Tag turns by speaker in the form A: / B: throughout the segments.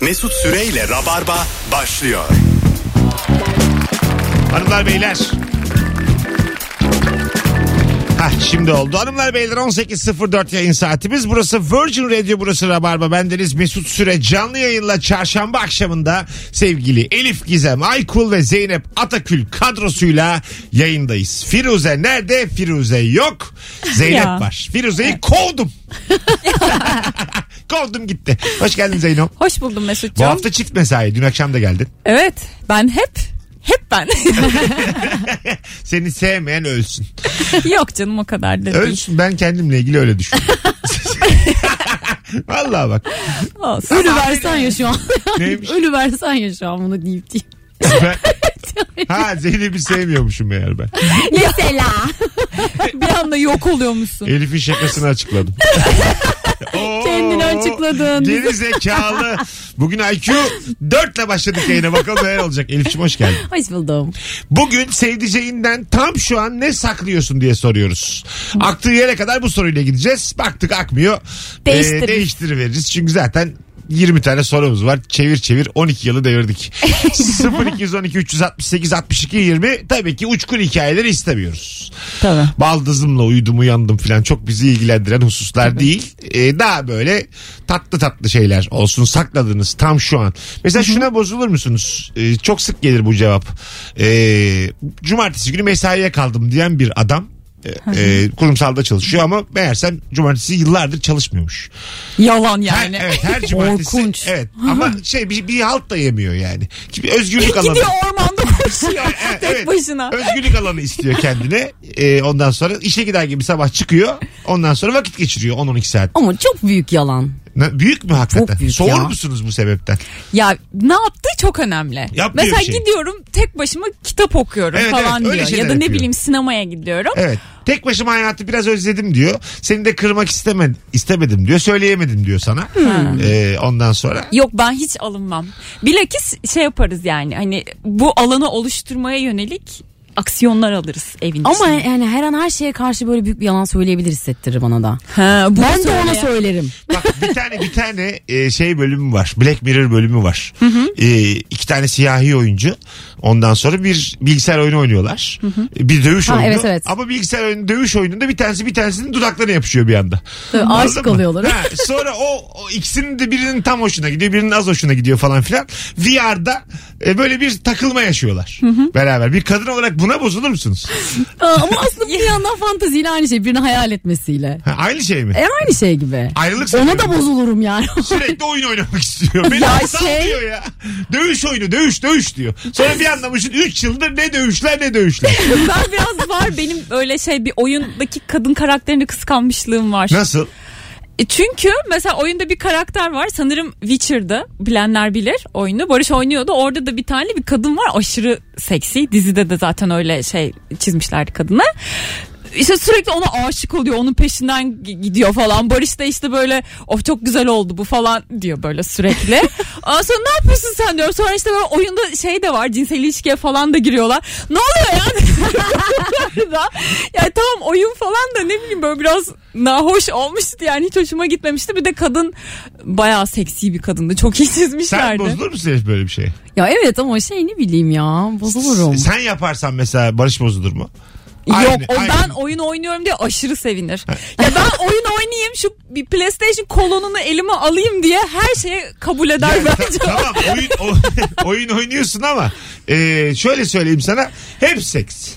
A: Mesut Süreyle Rabarba başlıyor.
B: Hanımlar beyler. Hah şimdi oldu. Hanımlar beyler 18.04 yayın saatimiz. Burası Virgin Radio burası Rabarba. Bendeniz Mesut Süre canlı yayınla çarşamba akşamında sevgili Elif Gizem, Aykul ve Zeynep Atakül kadrosuyla yayındayız. Firuze nerede? Firuze yok. Zeynep
C: Ya.
B: var. Firuze'yi kovdum. kovdum gitti. Hoş geldin Zeyno.
C: Hoş buldum
B: Bu
C: Mesut'cum.
B: hafta çift mesai. Dün akşam da geldin.
C: Evet ben hep hep ben.
B: Seni sevmeyen ölsün.
C: Yok canım o kadar da değil.
B: Ölsün ben kendimle ilgili öyle düşünüyorum. Vallahi bak.
C: Olsun.
D: Ölü versen ya şu an.
B: Neymiş?
D: Ölü versen ya şu an bunu deyip deyip.
B: Ben... ha Zeynep'i sevmiyormuşum meğer ben.
D: Mesela.
C: Bir anda yok oluyormuşsun.
B: Elif'in şakasını açıkladım. Oo,
D: Kendini açıkladın.
B: Geri zekalı. Bugün IQ 4 ile başladık yayına. Bakalım neler olacak. Elif'ciğim hoş geldin.
D: Hoş buldum.
B: Bugün sevdiceğinden tam şu an ne saklıyorsun diye soruyoruz. Aktığı yere kadar bu soruyla gideceğiz. Baktık akmıyor.
C: Değiştiririz.
B: Ee, değiştiriveririz. Çünkü zaten 20 tane sorumuz var. Çevir çevir 12 yılı devirdik. 0212 368 62 20 tabii ki uçkun hikayeleri istemiyoruz.
C: Tabii.
B: Baldızımla uyudum uyandım filan çok bizi ilgilendiren hususlar değil. Ee, daha böyle tatlı tatlı şeyler olsun sakladınız tam şu an. Mesela şuna bozulur musunuz? Ee, çok sık gelir bu cevap. Ee, cumartesi günü mesaiye kaldım diyen bir adam e, e, kurumsalda çalışıyor ama meğersem cumartesi yıllardır çalışmıyormuş.
C: Yalan
B: Her,
C: yani.
B: evet her cumartesi.
D: Korkunç.
B: Evet ama şey bir, bir halt da yemiyor yani. Ki bir özgürlük alanı.
C: Gidiyor ormanda koşuyor
B: Evet,
C: tek
B: evet.
C: başına.
B: Özgürlük alanı istiyor kendine. Ee, ondan sonra işe gider gibi sabah çıkıyor. Ondan sonra vakit geçiriyor 10-12 saat.
D: Ama çok büyük yalan.
B: Ne- Büyük mü hakikaten?
D: Çok büyük
B: Soğur
D: ya.
B: musunuz bu sebepten?
C: Ya ne yaptığı çok önemli.
B: Yapmıyor
C: Mesela
B: bir şey.
C: gidiyorum tek başıma kitap okuyorum
B: Evet,
C: falan
B: evet, öyle
C: diyor.
B: şeyler
C: Ya da ne
B: yapıyor.
C: bileyim sinemaya gidiyorum.
B: Evet. Tek başıma hayatı biraz özledim diyor. Seni de kırmak istemedim, istemedim diyor. Söyleyemedim diyor sana. Ee, ondan sonra.
C: Yok ben hiç alınmam. Bilakis şey yaparız yani hani bu alanı oluşturmaya yönelik aksiyonlar alırız evin
D: Ama
C: içinde.
D: yani her an her şeye karşı böyle büyük bir yalan söyleyebilir hissettirir bana da.
C: Ha, bu
D: Ben de
C: söyle
D: ona
C: ya.
D: söylerim.
B: Bak bir tane bir tane e, şey bölümü var. Black Mirror bölümü var. E, iki tane siyahi oyuncu. Ondan sonra bir bilgisayar oyunu oynuyorlar. E, Bir dövüş
D: Ha,
B: oyunu.
D: evet, evet.
B: Ama bilgisayar oyunu dövüş oyununda bir tanesi bir tanesinin dudaklarına yapışıyor bir anda.
D: Tabii,
B: Anladın
D: aşık
B: mı?
D: oluyorlar.
B: Ha, sonra o, o ikisinin de birinin tam hoşuna gidiyor, birinin az hoşuna gidiyor falan filan. VR'da e, böyle bir takılma yaşıyorlar beraber. Bir kadın olarak buna bozulur musunuz?
D: Aa, Ama aslında bir yandan fanteziyle aynı şey. Birini hayal etmesiyle.
B: Ha, aynı şey mi?
D: E aynı şey gibi.
B: Ayrılık
D: Ona
B: sebebi
D: da
B: mi?
D: bozulurum yani.
B: Sürekli oyun oynamak istiyor. Beni
C: Ya
B: aptal
C: şey-
B: diyor ya. Dövüş oyunu dövüş dövüş diyor. Sonra bir anlamışsın 3 yıldır ne dövüşler ne dövüşler.
C: Ben biraz var benim öyle şey bir oyundaki kadın karakterini kıskanmışlığım var.
B: Nasıl?
C: E Çünkü mesela oyunda bir karakter var sanırım Witcher'da bilenler bilir oyunu. Barış oynuyordu orada da bir tane bir kadın var aşırı seksi dizide de zaten öyle şey çizmişlerdi kadını. İşte sürekli ona aşık oluyor onun peşinden gi- gidiyor falan. Barış da işte böyle of çok güzel oldu bu falan diyor böyle sürekli. Ondan sonra ne yapıyorsun sen diyorum. Sonra işte böyle oyunda şey de var cinsel ilişkiye falan da giriyorlar. Ne oluyor ya? da yani tamam oyun falan da ne bileyim böyle biraz nahoş olmuştu yani hiç hoşuma gitmemişti. Bir de kadın bayağı seksi bir kadındı. Çok iyi
B: Sen
C: çizmişlerdi.
B: bozulur musun herif böyle bir şey?
D: ya evet ama şey ne bileyim ya. Bozulurum.
B: Sen yaparsan mesela Barış bozulur mu?
C: Yok
B: Aynı,
C: o
B: aynı.
C: ben oyun oynuyorum diye aşırı sevinir. ya ben oyun oynayayım şu bir PlayStation kolonunu elime alayım diye her şeye kabul eder bence.
B: tamam oyun, o- oyun oynuyorsun ama e, şöyle söyleyeyim sana hep seks.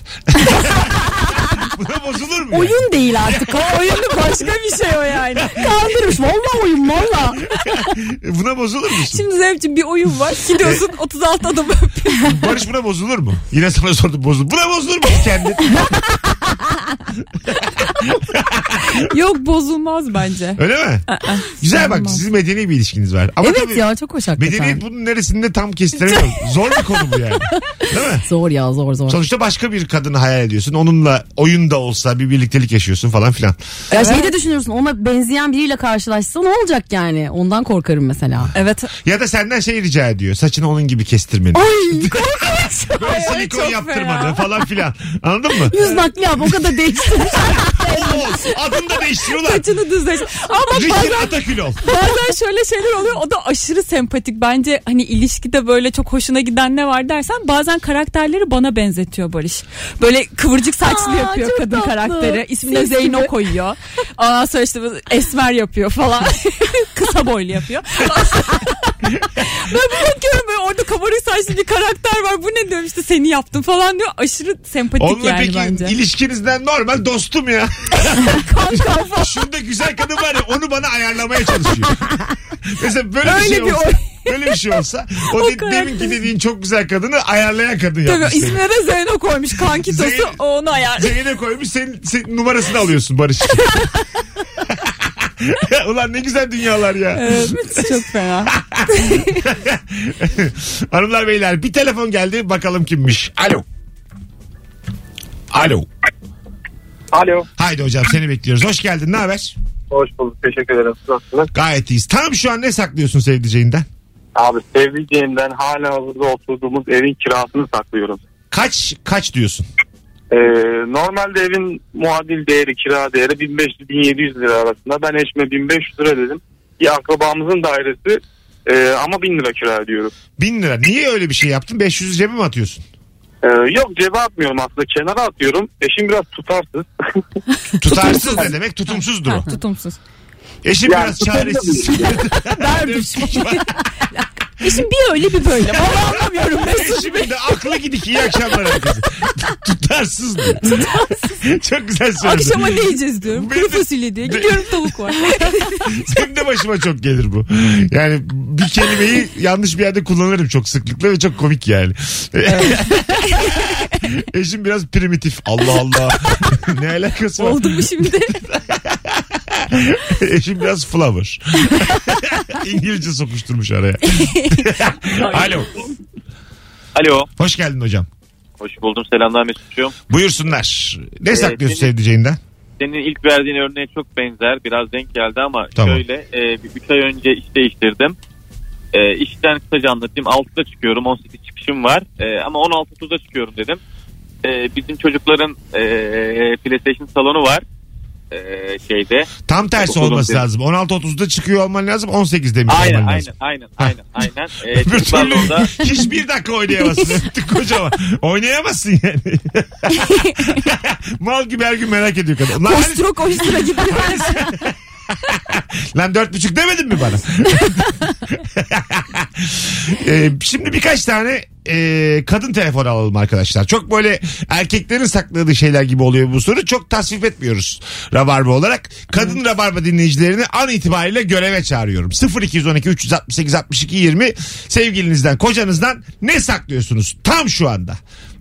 B: Buna bozulur mu? ya?
D: Oyun değil artık.
C: O oyunu başka bir şey o yani.
D: Kandırmış. Valla oyun valla.
B: Buna bozulur musun?
C: Şimdi Zevcim bir oyun var. Gidiyorsun 36 adım öpüyorsun.
B: Barış buna bozulur mu? Yine sana sordum bozulur. Buna bozulur mu kendi?
C: Yok bozulmaz bence.
B: Öyle mi? Güzel bak sizin medeni bir ilişkiniz var. Ama
D: Evet
B: tabii
D: ya çok hoş hakikaten.
B: Medeniyet bunun neresinde tam kestiremiyorum. Zor bir konu bu yani. Değil mi?
D: Zor ya zor zor.
B: Sonuçta başka bir kadını hayal ediyorsun. Onunla oyun da olsa bir birliktelik yaşıyorsun falan filan.
D: Ya şeyi de düşünüyorsun ona benzeyen biriyle karşılaşsa ne olacak yani? Ondan korkarım mesela.
C: Evet.
B: Ya da senden şey rica ediyor. Saçını onun gibi kestirmeni.
D: Ay
B: Böyle
C: Ay, öyle
B: silikon
C: çok
B: yaptırmadı
C: fena.
B: falan filan. Anladın mı?
D: yüz nakli yap o kadar değişti.
B: Kol ol. Adını da değiştir ulan.
C: Saçını düzleş. Ama
B: Richard
C: bazen,
B: Atakül ol.
C: bazen şöyle şeyler oluyor. O da aşırı sempatik. Bence hani ilişkide böyle çok hoşuna giden ne var dersen bazen karakterleri bana benzetiyor Barış. Böyle kıvırcık saçlı
D: Aa,
C: yapıyor
D: çok
C: kadın
D: tatlı.
C: karakteri. İsmine
D: Sis
C: Zeyno
D: gibi.
C: koyuyor. Ondan sonra işte esmer yapıyor falan. Kısa boylu yapıyor. ben bir bakıyorum böyle orada kabarık saçlı bir karakter var. Bu ne diyorum işte seni yaptım falan diyor. Aşırı sempatik
B: Onunla
C: yani
B: peki
C: bence.
B: ilişkinizden normal dostum ya.
C: Kanka
B: Şurada güzel kadın var ya onu bana ayarlamaya çalışıyor. Mesela böyle bir
C: Öyle
B: şey
C: bir
B: olsa.
C: oy-
B: Böyle bir şey olsa. O, de,
C: karakter-
B: deminki dediğin çok güzel kadını ayarlayan kadın yapmış.
C: Tabii
B: seni.
C: ismine de Zeyno koymuş. Kankitosu
B: Zeyno-
C: o onu ayar.
B: Cebine koymuş senin, senin numarasını alıyorsun Barış. Ulan ne güzel dünyalar ya.
C: Evet, Ee, çok fena.
B: Hanımlar beyler bir telefon geldi bakalım kimmiş. Alo. Alo.
E: Alo.
B: Haydi hocam seni bekliyoruz. Hoş geldin ne haber?
E: Hoş bulduk. Teşekkür ederim. Nasılsınız?
B: Gayet iyiyiz. Tam şu an ne saklıyorsun sevdiceğinden?
E: Abi sevdiceğimden hala hazırda oturduğumuz evin kirasını saklıyorum.
B: Kaç kaç diyorsun?
E: Ee, normalde evin muadil değeri, kira değeri 1500-1700 lira arasında. Ben eşime 1500 lira dedim. Bir akrabamızın dairesi e, ama 1000 lira kira ödüyoruz.
B: Bin lira. Niye öyle bir şey yaptın? 500 cebe mi atıyorsun?
E: Ee, yok cebe atmıyorum aslında kenara atıyorum. Eşim biraz tutarsız.
B: Tutarsız ne demek? Tutumsuzdur o.
C: Ha, tutumsuz.
B: Eşim
E: Yani
B: biraz
E: tutarlı
B: çaresiz.
C: Derviş. İşin E bir öyle bir böyle. Vallahi anlamıyorum Mesut.
B: Eşimin de aklı gidik iyi akşamlar herkese. Tutarsız diyor. Çok güzel söyledin.
C: Akşama ne yiyeceğiz diyorum. Kuru fasulye diye. Gidiyorum tavuk var.
B: Benim de başıma çok gelir bu. Yani bir kelimeyi yanlış bir yerde kullanırım çok sıklıkla ve çok komik yani. Eşim biraz primitif. Allah Allah. ne alakası var?
C: Oldu mu şimdi?
B: Eşim biraz flower. İngilizce sokuşturmuş araya. Alo.
F: Alo.
B: Hoş geldin hocam.
F: Hoş buldum. Selamlar Mesut'cuğum.
B: Buyursunlar. Ne
F: Ee,
B: saklıyorsun
F: senin-
B: sevdiceğinden?
F: Senin ilk verdiğin örneğe çok benzer. Biraz denk geldi ama
B: Tamam.
F: şöyle. E, bir üç ay önce iş değiştirdim. E, işten kısaca anlatayım. 6'da çıkıyorum. 18 çıkışım var. E, ama 16.30'da çıkıyorum dedim. E, bizim çocukların e, PlayStation salonu var. E, şeyde.
B: Tam tersi
F: Okulun
B: olması
F: bir-
B: lazım. 16.30'da çıkıyor olman lazım. 18'de mi
F: Aynen
B: olman
F: aynen
B: lazım?
F: aynen aynen aynen. E,
B: Öbür
F: çocuklarla
B: türlü
F: orada
B: hiçbir dakika oynayamazsın. Kocaman. Oynayamazsın yani. Mal gibi her gün merak ediyor kadın. Lan, hani-
C: Koştura koştura gidiyor.
B: lan dört buçuk demedin mi bana? Ee, şimdi birkaç tane e, kadın telefon alalım arkadaşlar. Çok böyle erkeklerin sakladığı şeyler gibi oluyor bu soru. Çok tasvip etmiyoruz Rabarba olarak. Kadın Rabarba dinleyicilerini an itibariyle göreve çağırıyorum. 0212 368 62 20 sevgilinizden, kocanızdan ne saklıyorsunuz tam şu anda?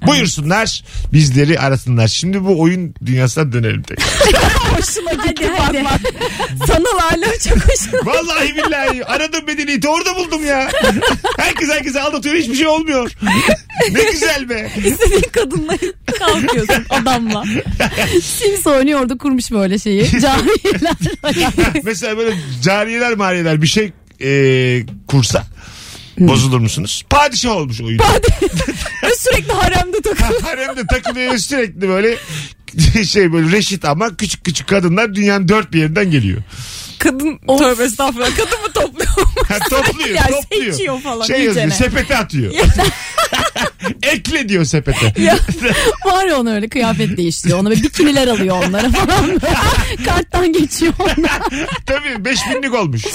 B: Buyursunlar bizleri arasınlar. Şimdi bu oyun dünyasına dönelim tekrar.
C: Hoşuma gitti
D: hadi.
C: bak bak. Sanal hala çok hoşuma.
B: Vallahi billahi aradım medeniyeti orada buldum ya. Herkes herkese aldatıyor hiçbir şey olmuyor. ne güzel be.
C: İstediğin kadınla kalkıyorsun adamla.
D: Sims oynuyordu kurmuş böyle şeyi. Camiler.
B: Mesela böyle cariyeler mariyeler bir şey e, kursa.
C: Hmm.
B: Bozulur musunuz? Padişah olmuş oyun.
C: Ve sürekli haremde takılıyor.
B: Haremde takılıyor sürekli böyle şey böyle reşit ama küçük küçük kadınlar dünyanın dört bir yerinden geliyor.
C: Kadın tövbe estağfurullah. Kadın mı topluyor?
B: Ha, topluyor
C: Ya
B: topluyor.
C: seçiyor falan
B: şey
C: iyicene.
B: yazıyor sepete atıyor. Ekle diyor sepete.
D: Var ya onu öyle kıyafet değiştiriyor. Ona böyle bikiniler alıyor onlara falan. böyle. Karttan geçiyor onlar.
B: Tabii beş binlik olmuş.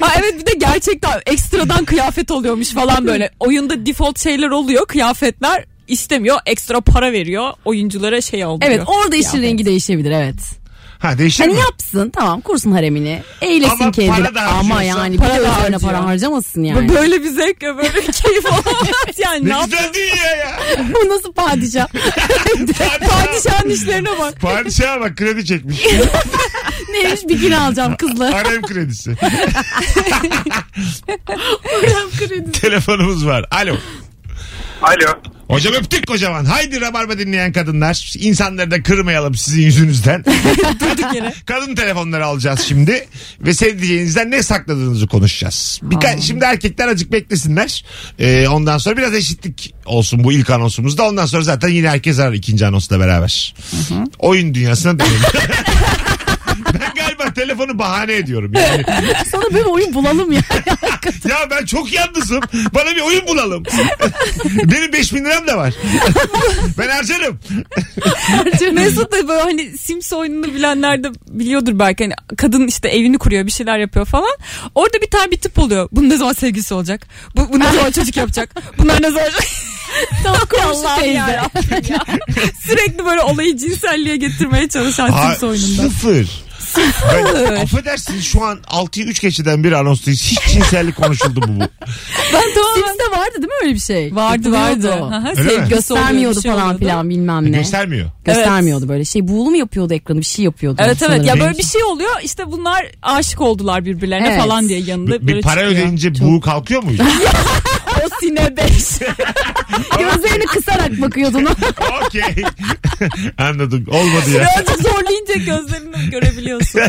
C: Ha evet bir de gerçekten ekstradan kıyafet oluyormuş falan böyle. Oyunda default şeyler oluyor kıyafetler istemiyor ekstra para veriyor oyunculara şey oluyor.
D: Evet orada işin
C: Kıyafet.
D: rengi değişebilir evet.
B: Ha değişir
D: Hani
B: mi?
D: yapsın tamam kursun haremini. Eğlesin
B: Ama
D: kendini.
B: para da
D: Ama
B: harcıyorsa-
D: yani bir
C: Para
D: de
C: da
D: üzerine
C: harcıyor.
D: para harcamasın yani.
C: Bu Böyle bir zevk ya, böyle bir keyif olamaz yani.
B: Ne
C: ne yap-
B: güzel dünya ya.
D: Bu nasıl padişah?
B: Padişah.
C: Padişahın işlerine bak.
B: Padişah bak kredi çekmiş.
D: Neymiş bikini alacağım kızla.
B: Harem kredisi. Harem kredisi. Telefonumuz var. Alo.
E: Alo.
B: Hocam öptük kocaman. Haydi Rabarba dinleyen kadınlar. İnsanları da kırmayalım sizin yüzünüzden.
C: Durduk yere.
B: Kadın telefonları alacağız şimdi. Ve sevdiceğinizden ne sakladığınızı konuşacağız. Birka-
C: Aa.
B: şimdi erkekler acık beklesinler. Ee, ondan sonra biraz eşitlik olsun bu ilk anonsumuzda. Ondan sonra zaten yine herkes arar ikinci anonsla beraber. Oyun dünyasına dönelim. ben galiba telefonu bahane ediyorum. Yani,
D: Sana bir oyun bulalım ya.
B: ya ben çok yalnızım. Bana bir oyun bulalım. Benim 5000 liram da var. ben harcarım.
C: Mesut da böyle hani Sims oyununu bilenler de biliyordur belki. Hani kadın işte evini kuruyor bir şeyler yapıyor falan. Orada bir tane bir tip oluyor. Bunun ne zaman sevgilisi olacak? Bu, bu ne zaman çocuk yapacak? Bunlar ne zaman... Tam
D: Komşu teyze.
C: Sürekli böyle olayı cinselliğe getirmeye çalışan
B: Aa,
C: Sims oyununda.
B: Sıfır. Ben, affedersin şu an 6'yı 3 geçeden bir anonstayız. Hiç cinsellik konuşuldu bu. bu.
C: Ben tamamen...
D: Sims'te vardı değil mi öyle bir şey?
C: Vardı vardı.
D: Yapılıyordu.
C: Aha,
B: Öyle mi?
C: sevgilisi oluyor,
D: Göstermiyordu
C: bir şey
D: falan
C: oluyordu.
D: filan bilmem ne.
B: Göstermiyor.
D: Göstermiyordu böyle şey. Buğulu mu yapıyordu ekranı bir şey yapıyordu.
C: Evet
D: sanırım.
C: evet ya böyle
B: Renk-
C: bir şey oluyor işte bunlar aşık oldular birbirlerine
D: Evet.
C: falan diye yanında
B: Bir, bir
C: böyle
B: para
C: çıkıyor.
B: ödeyince bu kalkıyor muydu?
D: O sine 5. Gözlerini kısarak bakıyordun.
B: Okey. Anladım. Olmadı ya.
C: Birazcık zorlayınca gözlerini görebiliyorsun.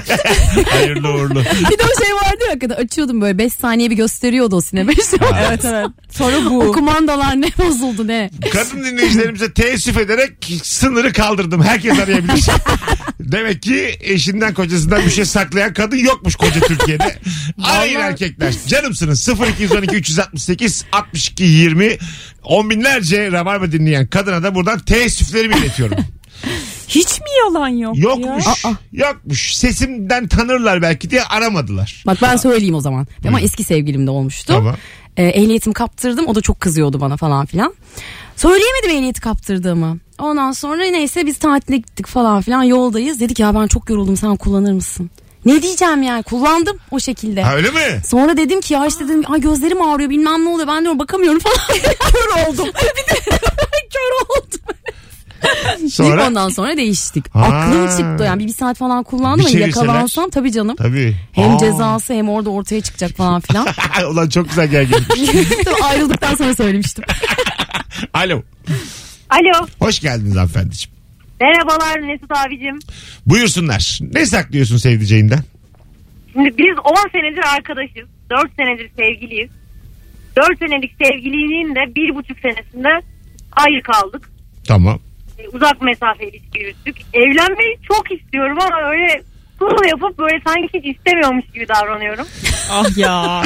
B: Hayırlı uğurlu.
D: bir de o şey vardı ya hakikaten açıyordum böyle 5 saniye bir gösteriyordu o sine 5.
C: evet evet. Sonra
D: o
C: bu.
D: kumandalar ne bozuldu ne.
B: Kadın dinleyicilerimize teessüf ederek sınırı kaldırdım. Herkes arayabilir. Demek ki eşinden kocasından bir şey saklayan kadın yokmuş koca Türkiye'de. Arayın erkekler. Canımsınız 0212 368 62 20 on binlerce rabarba dinleyen kadına da buradan teessüflerimi iletiyorum.
C: Hiç mi yalan yok
B: Yokmuş.
C: ya?
B: Yokmuş. Sesimden tanırlar belki diye aramadılar.
D: Bak ben söyleyeyim o zaman. Ama eski sevgilim de olmuştu.
B: Tamam.
D: Ee, ehliyetimi kaptırdım o da çok kızıyordu bana falan filan. Söyleyemedim ehliyeti kaptırdığımı. Ondan sonra neyse biz tatile gittik falan filan yoldayız. Dedik ya ben çok yoruldum sen kullanır mısın? Ne diyeceğim yani kullandım o şekilde.
B: Ha öyle mi?
D: Sonra dedim ki ya işte dedim ay gözlerim ağrıyor bilmem ne oluyor ben diyorum bakamıyorum falan. Kör oldum. Kör oldum.
B: Sonra?
D: Ondan sonra değiştik.
B: Ha.
D: Aklım çıktı yani bir, bir saat falan kullandım
B: Bir şey
D: ama
B: çevirseler.
D: yakalansam tabii canım.
B: Tabii.
D: Hem
B: Aa.
D: cezası hem orada ortaya çıkacak falan filan.
B: Ulan çok güzel gerginmiş.
D: Tabii Ayrıldıktan sonra söylemiştim.
B: Alo.
G: Alo.
B: Hoş geldiniz hanımefendiciğim.
G: Merhabalar Mesut abicim.
B: Buyursunlar. Ne saklıyorsun sevdiceğinden?
G: Şimdi biz 10 senedir arkadaşız. 4 senedir sevgiliyiz. 4 senelik sevgililiğinin de 1,5 senesinde hayır kaldık.
B: Tamam.
G: E, Uzak mesafe ilişki yürüttük. Evlenmeyi çok istiyorum ama öyle kurul yapıp böyle sanki hiç istemiyormuş gibi davranıyorum.
C: Ah ya.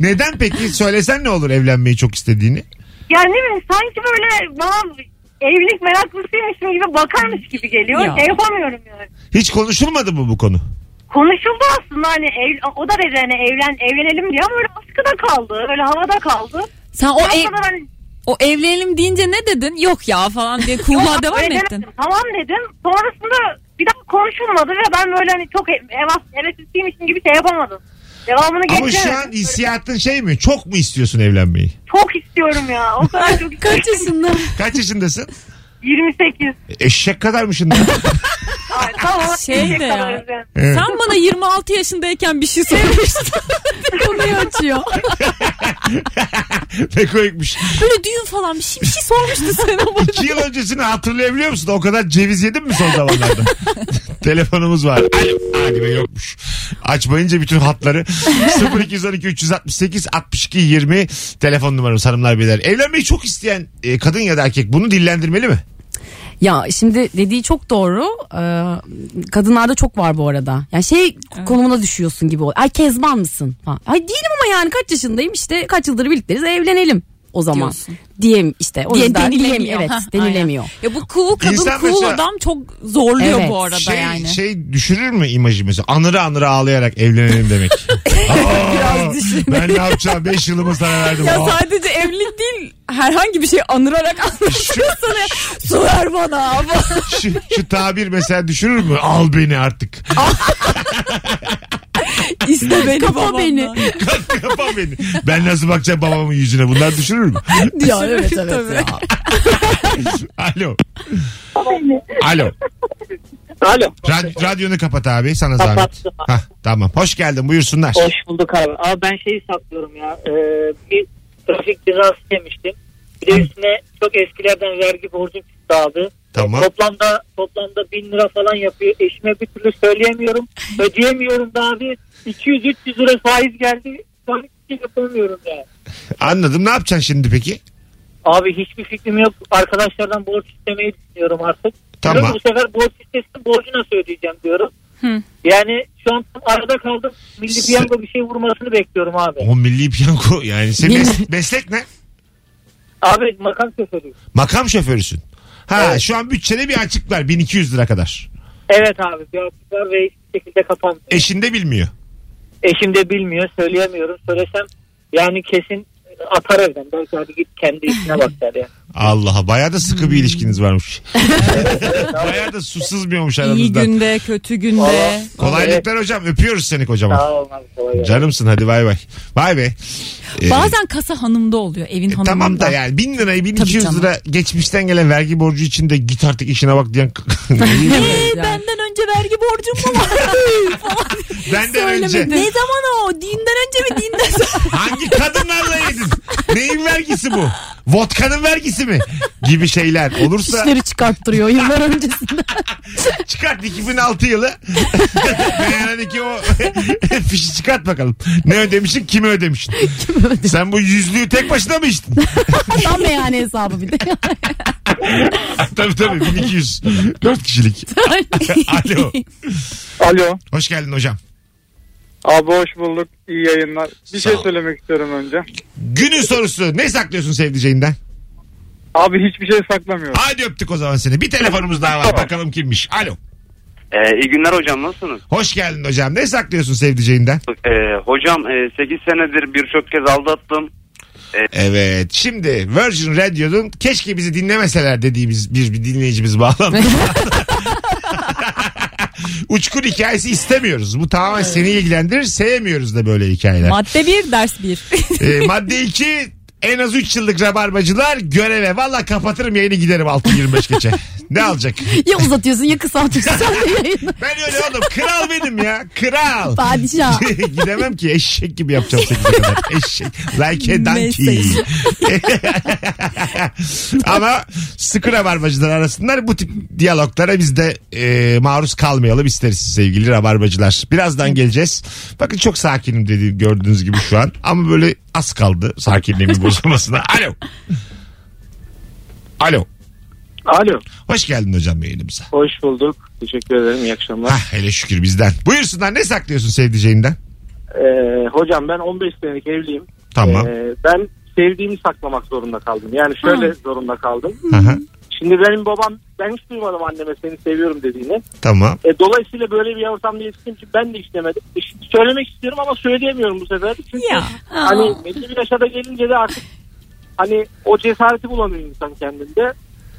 B: Neden peki? Söylesen ne olur evlenmeyi çok istediğini?
G: Yani ne bileyim sanki böyle bana evlilik meraklısıymışım gibi bakarmış gibi geliyor.
C: Ya.
G: Şey yapamıyorum yani.
B: Hiç konuşulmadı mı bu konu?
G: Konuşuldu aslında hani ev- o da dedi hani evlen, evlenelim diye ama öyle askıda kaldı. Öyle havada kaldı.
C: Sen o, ev,
G: O kadar hani
C: o evlenelim deyince ne dedin? Yok ya falan diye kulluğa devam
G: Öyle
C: mı ettin.
G: demedim. Tamam dedim. Sonrasında bir daha konuşulmadı ve ben böyle hani çok ev- heves- hevesizliymişim gibi şey yapamadım. Devamını
B: Ama şu an
G: getiremedim.
B: hissiyatın şey mi? Çok mu istiyorsun evlenmeyi?
G: Çok istiyorum ya. O kadar çok istiyorum.
D: Kaç yaşında?
B: Kaç yaşındasın?
G: 28.
B: Eşek kadarmışsın. da.
G: Ay, tamam.
C: Şey
G: Yetecek
C: de ya.
G: kadarız yani.
B: Evet.
C: Sen bana 26 yaşındayken bir şey söylemiştin.
D: Konuyu açıyor.
B: ne koyukmuş.
C: Böyle düğün falan bir şey, bir şey sormuştun sen ama.
B: İki yıl öncesini hatırlayabiliyor musun? O kadar ceviz yedin mi son zamanlarda? Telefonumuz var. Alo. Hadi be yokmuş. Açmayınca bütün hatları 0212 368 62 20 telefon numaramız hanımlar beyler. Evlenmeyi çok isteyen e, kadın ya da erkek bunu dillendirmeli mi?
D: Ya şimdi dediği çok doğru. Ee, kadınlarda çok var bu arada. Yani şey konumuna düşüyorsun gibi. ol- Ay kezban mısın? Ha. Ay değilim ama yani kaç yaşındayım işte kaç yıldır birlikteyiz evlenelim o zaman.
C: Diyorsun.
D: Diyem işte. O
C: diye
D: yüzden
C: denilemiyor.
D: diyem- evet
C: Ha,
D: denilemiyor.
C: aynen. Ya bu cool kadın
B: İnsan
C: cool
B: mesela-
C: adam çok zorluyor
D: Evet.
C: bu arada
B: şey,
C: yani.
B: şey düşürür mü imajı mesela? Anıra anıra ağlayarak evlenelim demek. Aa, ben ne yapacağım? 5 yılımı sana verdim.
C: Ya
B: Aa,
C: sadece evlilik değil herhangi bir şey anırarak anlatıyorsun ya. Su ver bana.
B: şu, şu tabir mesela düşürür mü? Al beni artık.
C: İste beni babamdan.
D: beni.
B: Kapa beni. Ben nasıl bakacağım babamın yüzüne? Bunlar düşürür mü?
D: Ya evet
C: Tabii.
D: evet ya.
B: Alo. Alo.
H: Alo.
B: Rad- radyonu kapat abi sana zahmet.
H: Kapattım.
B: Hah, tamam. Hoş geldin buyursunlar.
H: Hoş e, bulduk abi. Abi ben şeyi saklıyorum ya. Ee, bir trafik cezası yemiştim. Bir Bir de üstüne çok eskilerden vergi borcum dağıldı.
B: Tamam.
H: Toplamda toplamda bin lira falan yapıyor. Eşime bir türlü söyleyemiyorum. Ödeyemiyorum da abi. 200-300 lira faiz geldi. Ben hiçbir şey yapamıyorum yani.
B: Anladım. Ne yapacaksın şimdi peki?
H: Abi hiçbir fikrim yok. Arkadaşlardan borç istemeyi düşünüyorum artık.
B: Tamam.
H: Diyorum ki bu sefer borç istesin borcu nasıl ödeyeceğim diyorum.
C: Hı.
H: Yani şu an tam arada kaldım. Milli piyango bir şey vurmasını bekliyorum abi.
B: O milli piyango yani senin mes- meslek ne?
H: Abi makam şoförü.
B: Makam şoförüsün. Ha
H: Evet.
B: şu an bütçede bir açık var 1200 lira kadar.
H: Evet abi bir açık var ve hiçbir şekilde kapanmıyor.
B: Eşin de bilmiyor.
H: Eşim de bilmiyor söyleyemiyorum. Söylesem yani kesin atar evden. Belki hadi git kendi işine bak der ya.
B: Allah'a bayağı da sıkı bir ilişkiniz varmış. bayağı da su sızmıyormuş
C: İyi
B: aranızdan.
C: günde, kötü günde.
H: Valla-
B: Kolaylıklar hocam öpüyoruz seni kocaman.
H: Sağ olun abi kolay gelsin.
B: Canımsın hadi bay bay. Bay be. Ee,
C: Bazen kasa hanımda oluyor, evin hanımında.
B: Tamam da yani bin lirayı bin
C: Tabii
B: iki yüz
C: canım.
B: lira geçmişten gelen vergi borcu için de git artık işine bak diyen.
C: Hey, Ee, benden önce vergi borcum mu var?
B: ben de önce.
C: ne zaman o? Dinden önce mi dinden sonra?
B: Hangi kadınlarla yedin? Neyin vergisi bu? Vodka'nın vergisi mi? Gibi şeyler olursa
D: İşleri çıkarttırıyor yıllar öncesinde.
B: çıkart 2006 yılı. Meyhanedeki o fişi çıkart bakalım. Ne ödemişsin kime ödemişsin? Sen bu yüzlüğü tek başına mı içtin?
D: Tam meyhane hesabı bir de.
B: tabii tabii 1200. 4 kişilik. Alo.
I: Alo.
B: Hoş geldin hocam.
I: Abi hoş bulduk. İyi yayınlar. Bir
B: Sağ
I: şey
B: ol.
I: söylemek istiyorum önce.
B: Günün sorusu ne saklıyorsun sevdiceğinden?
I: Abi hiçbir şey saklamıyorum.
B: Hadi öptük o zaman seni. Bir telefonumuz daha var bakalım kimmiş. Alo.
J: Ee, iyi günler hocam nasılsınız?
B: Hoş geldin hocam. Ne saklıyorsun sevdiceğinden?
J: Ee, hocam 8 senedir birçok kez aldattım.
B: Evet. Şimdi Virgin Radio'nun keşke bizi dinlemeseler dediğimiz bir, bir dinleyicimiz bağlandı. Uçkur hikayesi istemiyoruz. Bu tamamen seni ilgilendirir. Sevmiyoruz da böyle hikayeler.
C: Madde bir, ders bir.
B: Ee, madde 2 en az 3 yıllık rabarbacılar göreve. Valla kapatırım yayını giderim 6.25 geçe. ne alacak?
D: ya uzatıyorsun ya kısaltıyorsun. Sen de yayını.
B: Ben öyle oğlum. Kral benim ya. Kral.
D: Padişah.
B: Gidemem ki eşek gibi yapacağım 8'e kadar. Eşek. Like a donkey.
C: Mesaj.
B: Ama sıkı rabarbacılar arasınlar. Bu tip diyaloglara biz de e, maruz kalmayalım isteriz sevgili rabarbacılar. Birazdan geleceğiz. Bakın çok sakinim dedi gördüğünüz gibi şu an. Ama böyle az kaldı sakinliğimin bozulmasına. Alo. Alo.
I: Alo.
B: Hoş geldin hocam yayınımıza.
I: Hoş bulduk. Teşekkür ederim. İyi akşamlar.
B: Hah, hele şükür bizden. Buyursunlar ne saklıyorsun sevdiceğinden?
I: Ee, hocam ben 15 senelik evliyim.
B: Tamam.
I: Ee, ben sevdiğimi saklamak zorunda kaldım. Yani şöyle zorunda kaldım.
B: Aha,
I: Şimdi benim babam ben hiç duymadım anneme seni seviyorum dediğini.
B: tamam.
I: E, dolayısıyla böyle bir ortamda yetiştiğim için ben de istemedim. E, şimdi söylemek istiyorum ama söyleyemiyorum bu sefer. Çünkü
C: ya.
I: hani belli bir yaşa da gelince de artık hani o cesareti bulamıyor insan kendinde.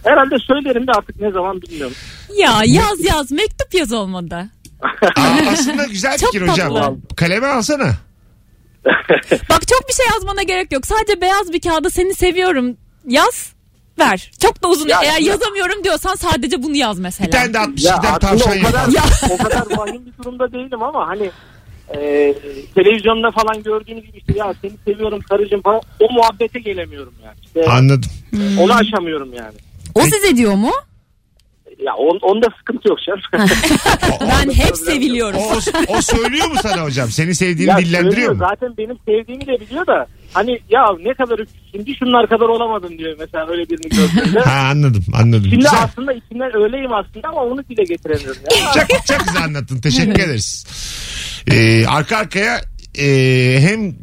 I: Herhalde söylerim de artık ne zaman bilmiyorum.
C: Ya yaz yaz mektup yaz olmadı.
B: Aa, aslında güzel
C: Çok
B: fikir hocam.
C: tatlı.
B: Kaleme alsana.
C: Bak çok bir şey yazmana gerek yok. Sadece beyaz bir kağıda seni seviyorum yaz ver. Çok da uzun.
I: Ya-
C: Eğer yazamıyorum diyorsan sadece bunu yaz mesela.
B: Bir tane de 60
I: Ya
B: tane
I: aslında
B: tavşan
I: o kadar, şey
B: yapalım.
I: o kadar vahim bir durumda değilim ama hani e, televizyonda falan gördüğünüz gibi işte ya seni seviyorum karıcığım falan o muhabbete gelemiyorum yani. İşte
B: Anladım.
I: onu aşamıyorum yani.
D: O size diyor mu?
I: Ya on, onda sıkıntı yok canım.
C: ben hep seviliyorum.
B: O, o söylüyor mu sana hocam? Seni sevdiğini
I: Ya
B: dillendiriyor
I: söylüyor,
B: mu?
I: Zaten benim sevdiğimi de biliyor da hani ya ne kadar şimdi şunlar kadar olamadın diyor mesela öyle birini gördüğünde.
B: Ha anladım anladım.
I: Şimdi
B: Güzel.
I: aslında içinden öyleyim aslında ama onu dile getiremiyorum. Ya.
B: Çok, çok güzel anlattın. Teşekkür ederiz. Ee, arka arkaya e, hem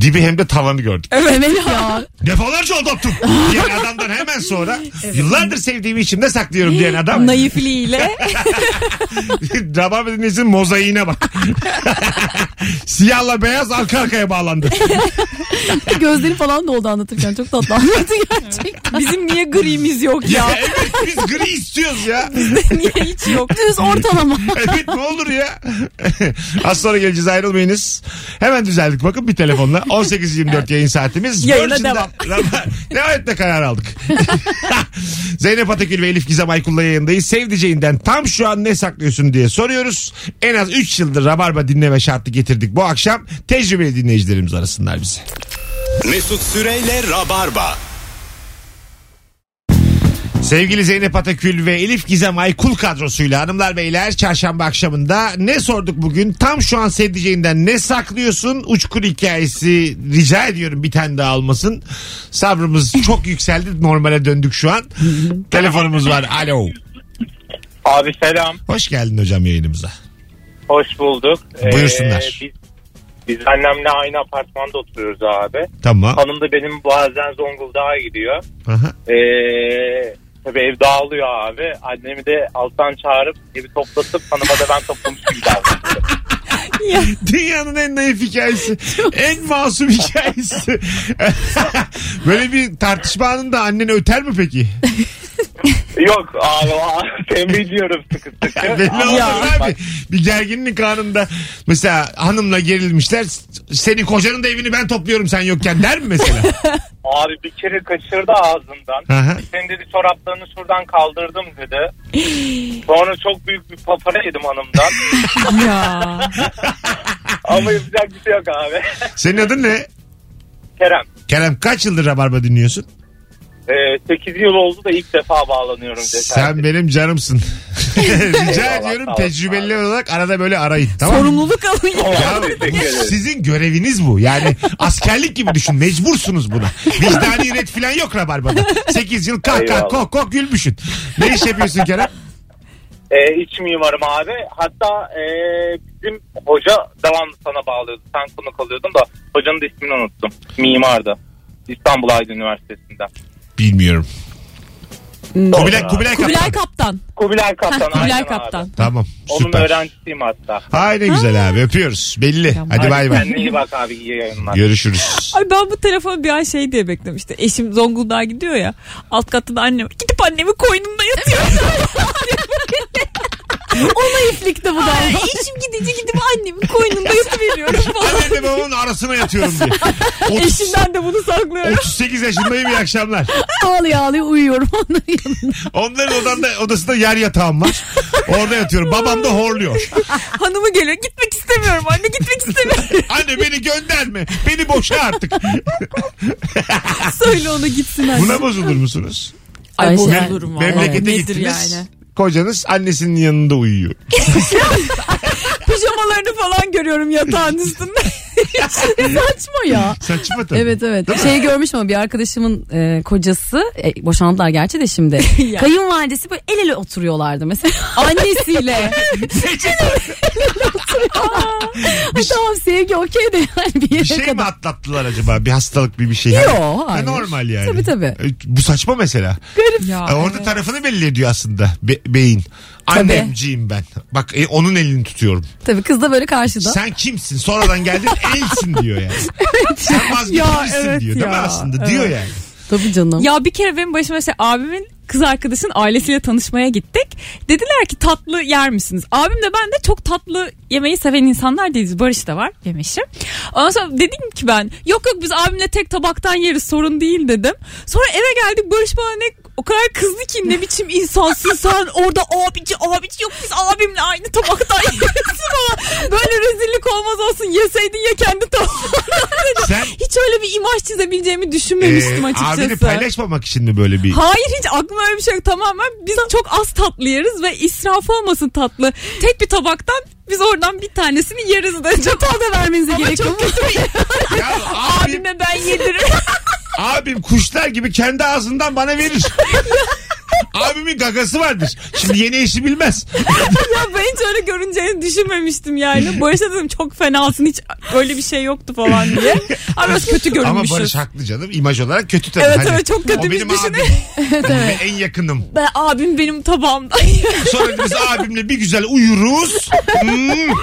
B: dibi hem de tavanı gördük.
D: Evet ya.
B: Defalarca aldattım diyen adamdan hemen sonra yıllardır sevdiğimi içimde saklıyorum diyen adam
C: Naifliğiyle.
B: Rabar dinleyicinin mozaiğine bak. Siyahla beyaz arka arkaya bağlandı.
D: Gözleri falan doldu anlatırken. Çok tatlı anlattı gerçekten.
C: Bizim niye grimiz yok
B: Ya
C: ya?
B: evet biz gri istiyoruz ya.
C: niye hiç yok?
D: Düz ortalama.
B: Evet ne olur ya. Az sonra geleceğiz ayrılmayınız. Hemen düzeldik bakın bir telefonla. 18.24 yayın saatimiz.
C: Yayına
B: Virgin'de-
C: devam.
B: devam etme karar aldık. Zeynep Atakül ve Elif Gizem Aykul'la yayındayız. Sevdiceğinden tam şu an ne saklıyorsun diye soruyoruz. En az 3 yıldır Rabarba dinleme şartı getirdik bu akşam. Tecrübeli dinleyicilerimiz arasınlar bizi.
A: Mesut Süreyle Rabarba.
B: Sevgili Zeynep Atakül ve Elif Gizem Aykul kadrosuyla hanımlar beyler çarşamba akşamında ne sorduk bugün? Tam şu an sevdiceğinden ne saklıyorsun? Uçkur hikayesi rica ediyorum bir tane daha almasın. Sabrımız çok yükseldi normale döndük şu an. Telefonumuz var alo.
K: Abi selam.
B: Hoş geldin hocam yayınımıza.
K: Hoş bulduk. Ee,
B: Buyursunlar.
K: biz, biz annemle aynı apartmanda oturuyoruz abi.
B: Tamam.
K: Hanım da benim bazen Zonguldak'a gidiyor.
B: Aha.
K: Ee, tabii ev dağılıyor abi. Annemi de alttan çağırıp evi toplatıp hanıma da ben toplamış gibi davranıyorum.
B: Dünyanın en naif hikayesi. en masum hikayesi. Böyle bir tartışma anında annen öter mi peki?
K: Yok abi abi, tembihliyorum sıkı sıkı.
B: Belli olmaz
K: Ama bak,
B: abi. Bir gerginlik anında mesela hanımla gerilmişler. Seni kocanın da evini ben topluyorum sen yokken der mi mesela?
K: Abi bir kere kaçırdı ağzından.
B: Aha.
K: Sen dedi çoraplarını şuradan kaldırdım dedi. Sonra çok büyük bir papara yedim hanımdan.
C: Ya.
K: Ama yapacak bir şey yok abi.
B: Senin adın ne?
K: Kerem.
B: Kerem kaç yıldır Rabarba dinliyorsun?
K: Ee, 8 yıl oldu da ilk defa bağlanıyorum. cesaret.
B: Sen benim canımsın. Rica
K: Eyvallah,
B: ediyorum
K: sağ ol,
B: tecrübeli olarak arada böyle arayın tamam mı?
C: Sorumluluk alın ya.
B: Ya
K: Teşekkür ederim.
B: sizin göreviniz bu. Yani askerlik gibi düşün. Mecbursunuz buna. Vicdani ret falan yok Rabarba'da. 8 yıl kah kah
K: Eyvallah.
B: kok kok gülmüşsün. Ne iş yapıyorsun Kerem?
K: Ee, iç mimarım abi. Hatta ee, bizim hoca devamlı sana bağlıyordu. Sen konuk alıyordun da hocanın da ismini unuttum. Mimardı. İstanbul Aydın Üniversitesi'nden.
B: Bilmiyorum. Kubilay,
K: Doğru.
B: Kubilay Kaptan.
C: Kubilay Kaptan.
K: Kubilay Kaptan. aynen
C: Kubilay
K: abi.
C: Kaptan.
B: Tamam
K: Onun
B: süper.
K: öğrencisiyim hatta.
B: Hay ne güzel abi öpüyoruz. Belli. Hadi bay
K: Kendine
B: bay.
K: iyi bak abi iyi yayınlar.
B: Görüşürüz.
C: Ay ben bu telefonu bir an şey diye beklemiştim. Eşim Zonguldak'a gidiyor ya. Alt katta da annem. Gidip annemi koynumda yatıyor.
D: O naiflikte bu da.
C: Ay, eşim gidince gidip annemi koynumda yatıveriyorum falan.
B: Annenle babamın arasına yatıyorum diye. Otuz-
C: Eşimden de bunu saklıyorum.
B: 38 yaşındayım iyi akşamlar.
D: Ağlıyor ağlıyor uyuyorum onların yanında.
B: Onların odanda, odasında yer yatağım var. Orada yatıyorum. Babam da horluyor.
C: Hanımı geliyor. Gitmek istemiyorum anne gitmek istemiyorum.
B: Anne beni gönderme. Beni boşa artık.
C: Söyle ona gitsin anne.
B: Buna bozulur musunuz?
C: Ay bu
D: Ayşe,
C: olur mu?
B: Memlekete
C: Nedir
B: gittiniz.
C: yani?
B: Kocanız annesinin yanında uyuyor.
C: Pijamalarını falan görüyorum yatağın üstünde.
D: Saçma ya.
B: Saçma tabii.
D: Evet evet. Şeyi görmüşüm ama bir arkadaşımın e, kocası e, boşandılar gerçi de şimdi.
C: Ya.
D: Kayınvalidesi böyle el ele oturuyorlardı mesela. Annesiyle. Ay, tamam sevgi okey de yani bir yere
B: şey- Bir şey mi
D: kadar.
B: atlattılar acaba? Bir hastalık bir bir şey.
D: Yok,
B: Ha,
D: hayır.
B: normal yani.
D: Tabii, tabii.
B: E, Bu saçma mesela.
C: ya,
B: E, Orada tarafını belli ediyor aslında be- beyin. Annemciyim ben. Bak e, onun elini tutuyorum.
D: Tabii kız da böyle karşıda.
B: Sen kimsin? Sonradan geldin elsin diyor yani. Sen vazgeçmişsin
C: Ya, evet
B: diyor. Değil mi
C: ya,
B: aslında?
C: evet.
B: Diyor yani.
D: Tabii canım.
C: Ya bir kere benim başıma şey abimin kız arkadaşının ailesiyle tanışmaya gittik. Dediler ki tatlı yer misiniz? Abim de ben de çok tatlı yemeği seven insanlar değiliz. Barış da var yemişim. Ondan sonra dedim ki ben yok yok biz abimle tek tabaktan yeriz sorun değil dedim. Sonra eve geldik Barış bana ne o kadar kızdı ki ne biçim insansın sen orada abici abici yok biz abimle aynı tabaktan yeriz falan. Böyle rezillik olmaz olsun yeseydin ya kendi tabağından dedim.
B: Sen-
C: Hiç öyle bir imaj çizebileceğimi düşünmemiştim
B: E,
C: açıkçası.
B: abini paylaşmamak için mi böyle bir...
C: Hayır hiç aklıma öyle bir şey yok. Tamamen biz çok az tatlı yeriz ve israf olmasın tatlı. Tek bir tabaktan biz oradan bir tanesini yeriz de. Çatal da vermenize
D: gerek
C: çok kötü bir
B: Ya abim,
C: abime ben yediririm.
B: abim kuşlar gibi kendi ağzından bana verir. Abimin gagası vardır. Şimdi yeni eşi bilmez.
C: ya ben hiç öyle görüneceğini düşünmemiştim yani. Barış'a dedim çok fenasın hiç öyle bir şey yoktu falan diye. Ama biraz kötü
B: Ama
C: görünmüşüz.
B: Barış haklı canım. İmaj olarak kötü tabii.
C: Evet,
B: Hani
C: evet, çok kötü
B: O
C: bir
B: benim
C: düşünün.
B: abim. Ve en yakınım.
C: Ben, abim benim tabağımda.
B: Sonra biz abimle bir güzel uyuruz. Hmm.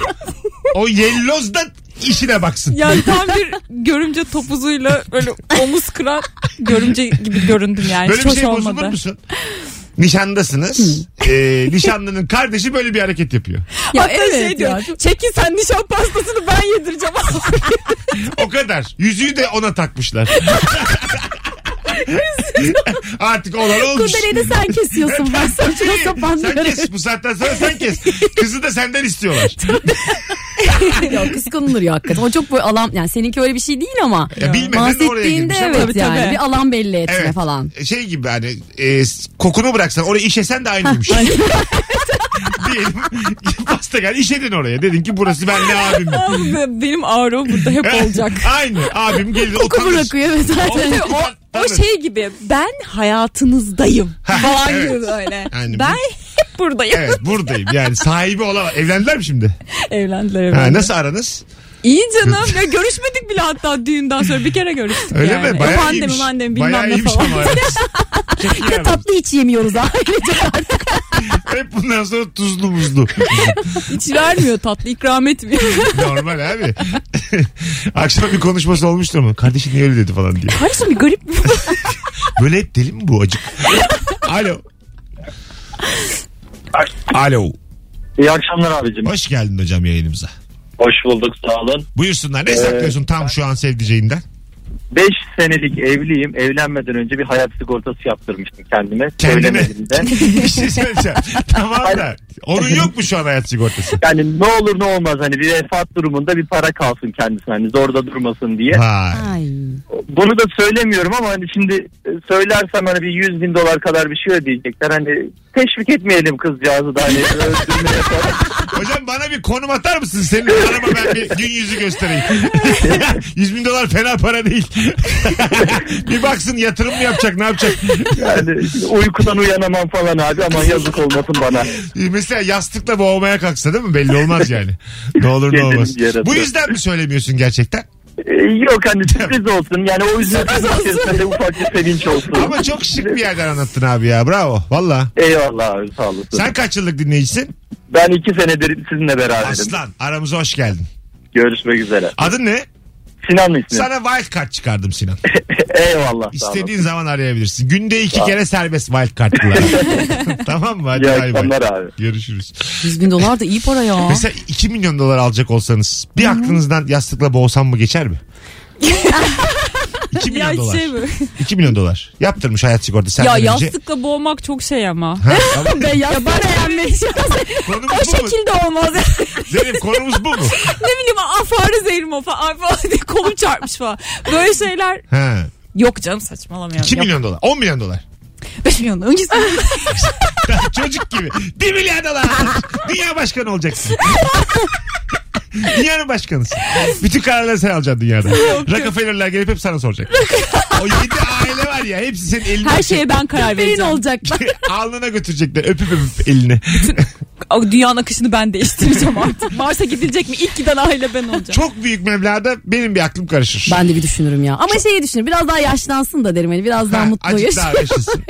B: O yelloz da işine baksın.
C: yani tam bir görümce topuzuyla böyle omuz kıran görümce gibi göründüm yani.
B: böyle
C: Hiç
B: bir
C: hoş
B: şey bozulur
C: olmadı. Hmm.
B: musun? Nişandasınız. Ee, nişanlının kardeşi böyle bir hareket yapıyor.
D: Ya
C: Hatta
D: evet
C: şey diyor.
D: ya.
C: Çekin sen nişan pastasını ben yedireceğim.
B: O kadar. Yüzüğü de ona takmışlar. Artık olan olmuş.
D: Kurdeleyi de sen kesiyorsun bak saçma sapan
B: şey, Sen
D: böyle.
B: kes bu saatten sonra sen kes. Kızı da senden istiyorlar.
D: ya kıskanılır ya hakikaten. O çok böyle alan yani seninki öyle bir şey değil ama.
B: Ya bilmeden oraya
D: bahsettiğinde
B: girmiş ama.
D: evet
B: Tabii,
D: yani
B: tabii.
D: bir alan belli etme
B: Evet.
D: falan.
B: Şey gibi hani e, kokunu bıraksan oraya işesen de aynıymış. Diyelim pastakan işedin oraya. Dedin ki burası ben ne abim.
C: Benim ağrım burada hep olacak.
B: Aynı abim gelir oturur.
D: evet
B: zaten.
C: o, o şey gibi ben hayatınızdayım falan
B: evet.
C: gibi böyle.
B: Yani bu-
C: ben hep buradayım.
B: Evet buradayım yani sahibi olamaz. Evlendiler mi şimdi?
C: Evlendiler
B: Ha,
C: evlendiler.
B: nasıl aranız?
C: İyi canım ya görüşmedik bile hatta düğünden sonra bir kere görüştük
B: Öyle
C: yani.
B: mi? Bayağı
C: Ya pandemi
B: iyiymiş.
C: mandemi bilmem
B: Bayağı
C: ne
B: iyiymiş
C: falan.
B: ama aranız. Çok iyi
D: Ya
B: aranız.
D: tatlı hiç yemiyoruz ailece artık.
B: Hep bundan sonra tuzlu muzlu.
C: Hiç vermiyor tatlı ikram etmiyor.
B: Normal abi. Akşam bir konuşması olmuştur mu? Kardeşin niye öyle dedi falan diye.
C: Kardeşim bir garip bir
B: Böyle hep deli mi bu acık? Alo. Alo.
L: İyi akşamlar abicim.
B: Hoş geldin hocam yayınımıza.
L: Hoş bulduk sağ olun.
B: Buyursunlar. Ne
L: Ee,
B: saklıyorsun tam şu an sevdiceğinden?
L: 5 senelik evliyim. Evlenmeden önce bir hayat sigortası yaptırmıştım kendime.
B: Kendine?
L: Evlenmedim de.
B: bir şey söyleyeceğim. tamam da. Onun yok mu şu an hayat sigortası?
L: Yani ne olur ne olmaz hani bir vefat durumunda bir para kalsın kendisine hani zorda durmasın diye.
B: Vay.
L: Bunu da söylemiyorum ama hani şimdi söylersem hani bir 100 bin dolar kadar bir şey ödeyecekler. Hani teşvik etmeyelim kızcağızı da hani öldürmeye falan.
B: Hocam bana bir konum atar mısın? Senin arama ben bir gün yüzü göstereyim. 100 bin dolar fena para değil. bir baksın yatırım mı yapacak ne yapacak?
L: Yani şimdi hani uykudan uyanamam falan abi aman yazık olmasın bana.
B: Mesela yastıkla boğmaya kalksa değil mi? Belli olmaz yani. Ne olur ne
L: Kendini
B: olmaz.
L: yaratır.
B: Bu yüzden mi söylemiyorsun gerçekten?
L: Ee, Yok hani sürpriz olsun yani o üzüntünün içerisinde ufak bir sevinç olsun.
B: Ama çok şık bir yerden anlattın abi ya. Bravo. Valla.
L: Eyvallah abi sağ olasın.
B: Sen kaç yıllık dinleyicisin?
L: Ben iki senedir sizinle beraberim.
B: Aslan. Aramıza hoş geldin.
L: Görüşmek üzere.
B: Adın ne?
L: Sinan ismi.
B: Sana wild card çıkardım Sinan.
L: Eyvallah. sağ olasın.
B: İstediğin zaman arayabilirsin. Günde iki
L: Sağ ol.
B: kere serbest wild card'lar. tamam mı? Hadi
L: İyi
B: bay bay.
L: akşamlar abi.
B: Görüşürüz.
D: 100 bin dolar da iyi para ya.
B: Mesela 2 milyon dolar alacak olsanız bir aklınızdan yastıkla boğsam mı geçer mi? 2 milyon
C: ya
B: dolar.
C: şey mi?
B: 2 milyon dolar. Yaptırmış hayat sigortası
C: Ya
B: senden önce.
C: yastıkla boğmak çok şey ama.
B: şey- Ha, tamam.
D: Ben
C: Ya ben beğenmedim.
B: Konumuz
C: o
B: bu mu?
C: şekilde olmaz.
B: Zeynep konumuz bu mu?
C: ne bileyim aa fare zehrim o falan, Ay falan diye kolum çarpmış falan. Böyle şeyler
B: Ha.
C: yok canım saçmalamayalım.
B: 2 milyon dolar. 10 milyon dolar.
C: 5 milyon öncesi.
B: Daha Çocuk gibi. 1 milyar dolar. Dünya başkanı olacaksın. Dünyanın başkanısın. Bütün kararları sen alacaksın dünyada. Rockefeller'lar gelip hep sana soracak. o yedi aile var ya hepsi senin elini
C: Her şeye ben karar vereceğim. olacak.
B: alnına götürecekler. Öpüp öpüp elini.
C: Dünyanın akışını ben değiştireceğim artık. Mars'a gidilecek mi? İlk giden aile ben olacağım.
B: Çok büyük meblağda benim bir aklım karışır.
D: Ben de bir düşünürüm ya. Ama şeyi düşünürüm. Biraz daha yaşlansın da derim. Hani biraz daha
B: Ha,
D: mutlu
B: azıcık daha
D: yaşıyor.
B: yaşasın.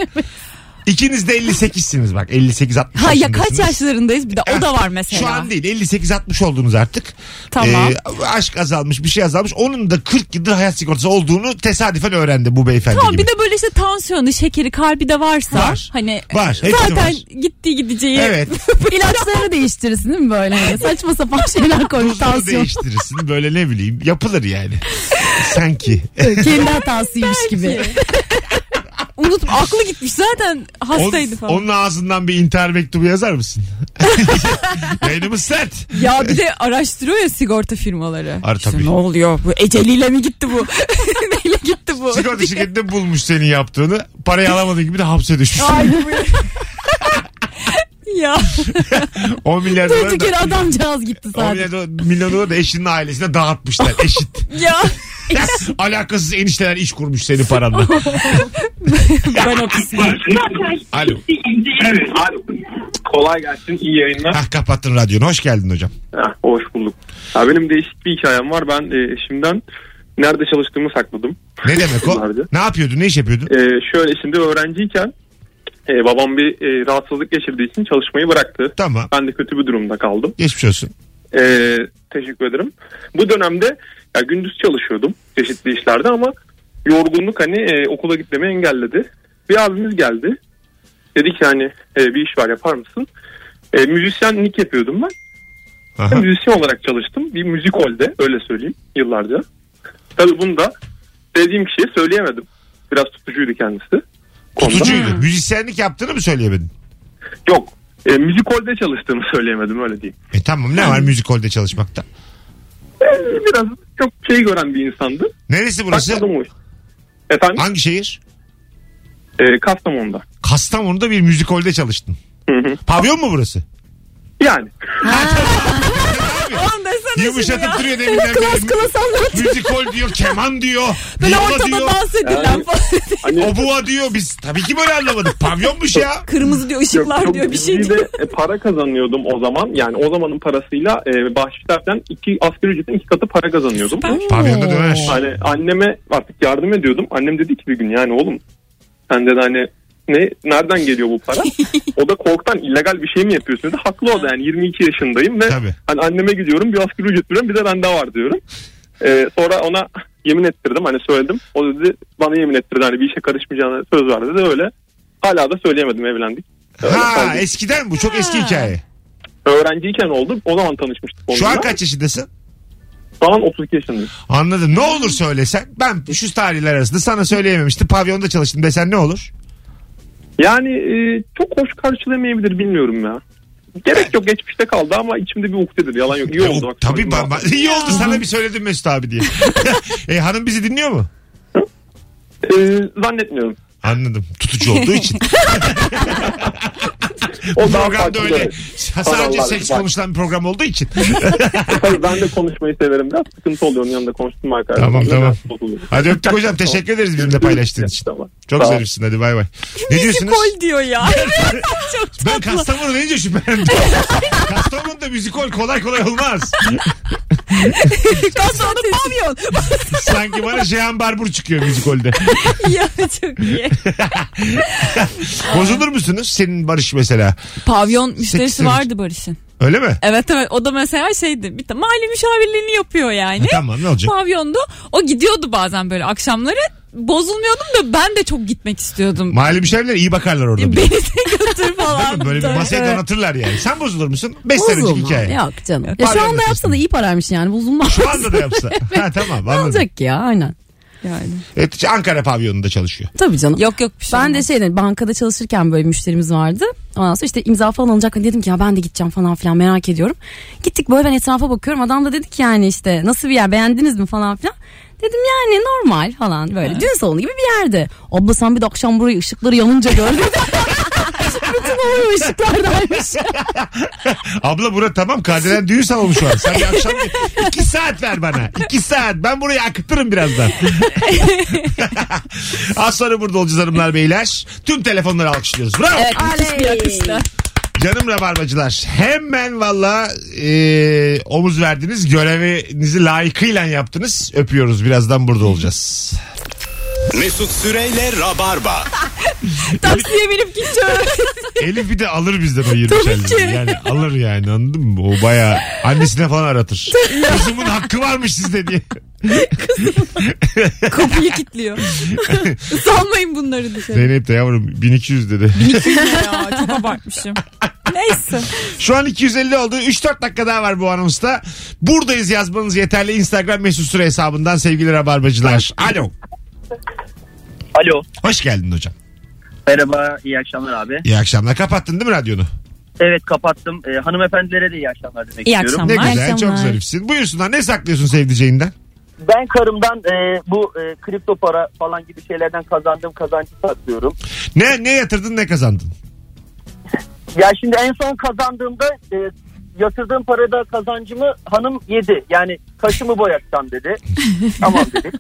B: İkiniz de 58'siniz bak. 58-60
C: Ha ya kaç
B: yaşındasınız.
C: yaşlarındayız bir de o da var mesela.
B: Şu an değil 58-60 oldunuz artık.
C: Tamam.
B: Ee, aşk azalmış bir şey azalmış. Onun da 40 yıldır hayat sigortası olduğunu tesadüfen öğrendi bu beyefendi
C: Tamam
B: gibi.
C: bir de böyle işte tansiyonu, şekeri, kalbi de varsa
B: Var.
C: hani
B: Var, hepsi
C: zaten
B: var.
C: gittiği gideceği
B: Evet.
D: İlaçlarını değiştirirsin değil mi böyle? Hani saçma sapan şeyler koymuş
B: Tuzunu
D: tansiyon.
B: değiştirirsin böyle ne bileyim yapılır yani. Sanki.
D: Kendi hatasıymış gibi.
C: unut aklı gitmiş zaten hastaydı
B: Onun-
C: falan.
B: Onun ağzından bir intihar mektubu yazar mısın? Yayınımız sert.
C: Ya bir de araştırıyor ya sigorta firmaları.
B: Ar-
C: İşte
B: tabii.
C: ne oluyor bu eceliyle mi gitti bu? Neyle gitti bu?
B: Sigorta şirketinde bulmuş senin yaptığını. Parayı alamadığın gibi de hapse düşmüş.
C: ya
B: 10 milyar dolar
D: Durduk
B: da,
D: yere adamcağız gitti
B: 10
D: zaten.
B: milyar dolar, milyon dolar da eşinin ailesine dağıtmışlar. Eşit.
C: ya
B: Alakasız enişteler iş kurmuş senin paranla.
C: ben o kısmı.
B: Alo.
E: Evet. Alo. Kolay gelsin. iyi yayınlar.
B: Hah kapattın radyonu. Hoş geldin hocam.
E: Ha, hoş bulduk. Ya benim değişik bir hikayem var. Ben e, eşimden nerede çalıştığımı sakladım.
B: Ne demek o?
E: Nerede?
B: ne yapıyordun? Ne iş yapıyordun?
E: E, şöyle şimdi öğrenciyken e, babam bir e, rahatsızlık geçirdiği için çalışmayı bıraktı.
B: Tamam.
E: Ben de kötü bir durumda kaldım.
B: Geçmiş olsun.
E: E, teşekkür ederim. Bu dönemde ya, gündüz çalışıyordum çeşitli işlerde ama yorgunluk hani e, okula gitmemi engelledi. Bir abimiz geldi. Dedi ki hani e, bir iş var yapar mısın? E, müzisyenlik yapıyordum ben.
B: Aha.
E: Ben müzisyen olarak çalıştım. Bir müzik holde öyle söyleyeyim yıllarca. Tabii bunu da sevdiğim kişiye söyleyemedim. Biraz tutucuydu kendisi. Konuda.
B: Tutucuydu. Müzisyenlik yaptığını mı söyleyemedin?
E: Yok. E, müzikolde çalıştığımı söyleyemedim öyle diyeyim.
B: E tamam ne var müzikolde çalışmakta?
E: E, biraz çok şey gören bir insandı.
B: Neresi burası?
E: Kastamonu. Efendim?
B: Hangi şehir?
E: E, Kastamonu'da.
B: Kastamonu'da bir müzikolde çalıştın. Pavyon mu burası?
E: Yani.
C: Oğlum desene
B: Yumuşatıp
C: şunu ya.
B: duruyor deminden
C: Klas
B: beri.
C: klas anlat.
B: Müzikol diyor, keman diyor,
C: Böyle
B: viola
C: ortada
B: diyor,
C: dans edilen falan.
E: Hani
B: obuva diyor. Biz tabii ki böyle anlamadık. Pavyonmuş ya.
C: Kırmızı diyor ışıklar
E: Yok, çok
C: diyor bir şey
E: ciddi
C: diyor.
E: de, e, para kazanıyordum o zaman. Yani o zamanın parasıyla e, bahşişlerden iki asgari ücretin iki katı para kazanıyordum.
B: Pavyonda döner.
E: Hani anneme artık yardım ediyordum. Annem dedi ki bir gün yani oğlum sen de hani ne nereden geliyor bu para? o da korktan illegal bir şey mi yapıyorsun dedi. Haklı o da yani 22 yaşındayım ve
B: Tabii.
E: hani anneme gidiyorum bir asgari ücret veriyorum bir de rende var diyorum. Ee, sonra ona yemin ettirdim hani söyledim. O dedi bana yemin ettirdi hani bir işe karışmayacağına söz verdi dedi öyle. Hala da söyleyemedim evlendik. Öyle
B: Ha
E: kaldı.
B: eskiden bu çok eski hikaye.
E: Öğrenciyken oldu. O zaman tanışmıştık onunla.
B: Şu an kaç yaşındasın?
E: Şu an 32 yaşındayım.
B: Anladım. Ne olur söylesen. Ben şu tarihler arasında sana söyleyememiştim. Pavyonda çalıştım desen ne olur?
E: Yani e, çok hoş karşılamayabilir bilmiyorum ya. Gerek yok geçmişte kaldı ama içimde bir ukdedir yalan yok. İyi oldu bak.
B: Tabii
E: Bak-
B: ben, iyi oldu sana bir söyledim Mesut abi diye. e, hanım bizi dinliyor mu?
E: E, zannetmiyorum.
B: Anladım. Tutucu olduğu için.
E: O daha
B: Programda
E: farklı. şey.
B: öyle
E: Evet.
B: sadece
E: Hanımlar,
B: seks
E: bak.
B: konuşulan bir program olduğu için.
E: E, Tabii ben de konuşmayı severim biraz. Sıkıntı oluyor onun yanında konuştum arkadaşlar.
B: Tamam,
E: Biraz
B: tamam.
E: bozuluyor.
B: Hadi öptük hocam. Teşekkür ederiz bizimle paylaştığın için.
E: Tamam.
B: Çok
E: Sağ ol.
B: zarifsin hadi bay bay. Ne diyorsunuz?
C: Müzikol diyor ya. Evet, çok
B: Ben
C: tatlı.
B: Kastamonu deyince şüphelendim. Kastamonu'da müzikol kolay kolay olmaz.
C: Kastamonu pavyon.
B: Sanki bana Jean Barbour çıkıyor müzikolde.
C: ya çok iyi.
B: Bozulur musunuz? Senin Barış mesela.
C: Pavyon müşterisi
B: Seksen.
C: vardı Barış'ın.
B: Öyle mi?
C: Evet evet o da mesela şeydi bir de mali müşavirliğini yapıyor yani.
B: Ha, E, tamam ne olacak?
C: Pavyondu. O gidiyordu bazen böyle akşamları. Bozulmuyordum da ben de çok gitmek istiyordum.
B: Mahalle müşavirler iyi bakarlar orada.
C: Beni de götür
B: Değil mi?
C: falan.
B: Böyle bir
C: Tabii.
B: masaya
C: Evet.
B: donatırlar yani. Sen bozulur musun? 5 sene önceki
D: Bozulma.
B: hikaye.
D: Yok canım. Ya
B: Pardon,
D: şu anda
B: lütfen.
D: yapsa da iyi paraymış yani bozulmaz.
B: Şu anda da yapsa. Ha tamam
D: Ne
B: anladım.
D: olacak ki ya aynen.
C: Yani.
B: Evet, işte Ankara pavyonunda çalışıyor.
D: Tabii canım.
C: Yok yok bir şey
D: Ben de
C: olmaz.
D: şeyden bankada çalışırken böyle bir müşterimiz vardı. Ondan sonra işte imza falan alınacak. Hani Dedim ki ya ben de gideceğim falan filan merak ediyorum. Gittik böyle ben etrafa bakıyorum. Adam da dedi ki yani işte nasıl bir yer beğendiniz mi falan filan. Dedim yani normal falan böyle düğün salonu gibi bir yerde. Abla sen bir de akşam burayı ışıkları yanınca gördün. Bütün olay ışıklardaymış.
B: Abla bura tamam kardelen düğün salonu şu an. Sen bir akşam bir, iki saat ver bana. İki saat. Ben burayı akıtırım birazdan. Az sonra burada olacağız hanımlar beyler. Tüm telefonları alkışlıyoruz. Bravo.
C: Evet müthiş bir akışta.
B: Canım rabarbacılar hemen valla e, omuz verdiniz görevinizi layıkıyla yaptınız öpüyoruz birazdan burada olacağız.
A: Mesut Süreyle Rabarba.
C: Taksiye binip gideceğim.
B: Elif bir de alır bizden o 20 şerleri. Yani alır yani anladın mı? O baya annesine falan aratır. Kızımın hakkı varmış sizde diye.
C: Kapıyı kilitliyor. Salmayın bunları dışarı.
B: Zeynep de yavrum 1200 dedi.
C: ya çok abartmışım. Neyse.
B: Şu an 250 oldu. 3-4 dakika daha var bu anonsta. Buradayız yazmanız yeterli. Instagram mesut süre hesabından sevgili rabarbacılar. Alo.
L: Alo.
B: Hoş geldin hocam.
L: Merhaba, iyi akşamlar abi.
B: İyi akşamlar. Kapattın değil mi radyonu?
L: Evet kapattım. Ee, hanımefendilere de iyi akşamlar demek
C: İyi
L: istiyorum.
B: Ne
C: akşamlar.
B: güzel. Çok zarifsin. Buyursunlar. Ne saklıyorsun sevdiceğinden?
L: Ben karımdan e, bu e, kripto para falan gibi şeylerden kazandığım kazancı saklıyorum.
B: Ne ne yatırdın ne kazandın?
L: Ya şimdi en son kazandığımda e, yatırdığım parada kazancımı hanım yedi. Yani kaşımı boyatacağım dedi. tamam dedik.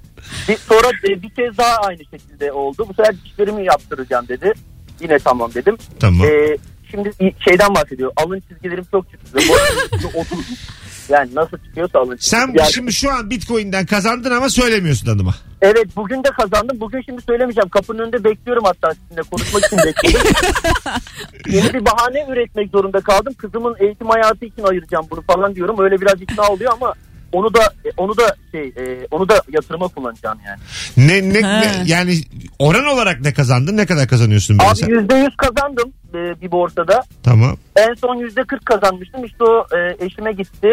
L: Bir, sonra e, bir kez daha aynı şekilde oldu. Bu sefer dişlerimi yaptıracağım dedi. Yine tamam dedim.
B: Tamam.
L: E, şimdi i- şeyden bahsediyor. Alın çizgilerim çok çıktı. Boy çizgisi 30. Yani nasıl çıkıyorsa alın çizgisi.
B: Sen
L: Yani-
B: şimdi şu an Bitcoin'den kazandın ama söylemiyorsun hanıma.
L: Evet bugün de kazandım. Bugün şimdi söylemeyeceğim. Kapının önünde bekliyorum hatta sizinle konuşmak için bekliyorum. Yeni bir bahane üretmek zorunda kaldım. Kızımın eğitim hayatı için ayıracağım bunu falan diyorum. Öyle biraz ikna oluyor ama onu da onu da şey e, onu da yatırıma kullanacağım yani.
B: Ne ne,
C: Ha.
B: ne- yani oran olarak ne kazandın? Ne kadar kazanıyorsun böyle sen?
L: Abi yüzde yüz kazandım e, bir borsada.
B: Tamam.
L: En son yüzde kırk kazanmıştım. İşte o e, eşime gitti.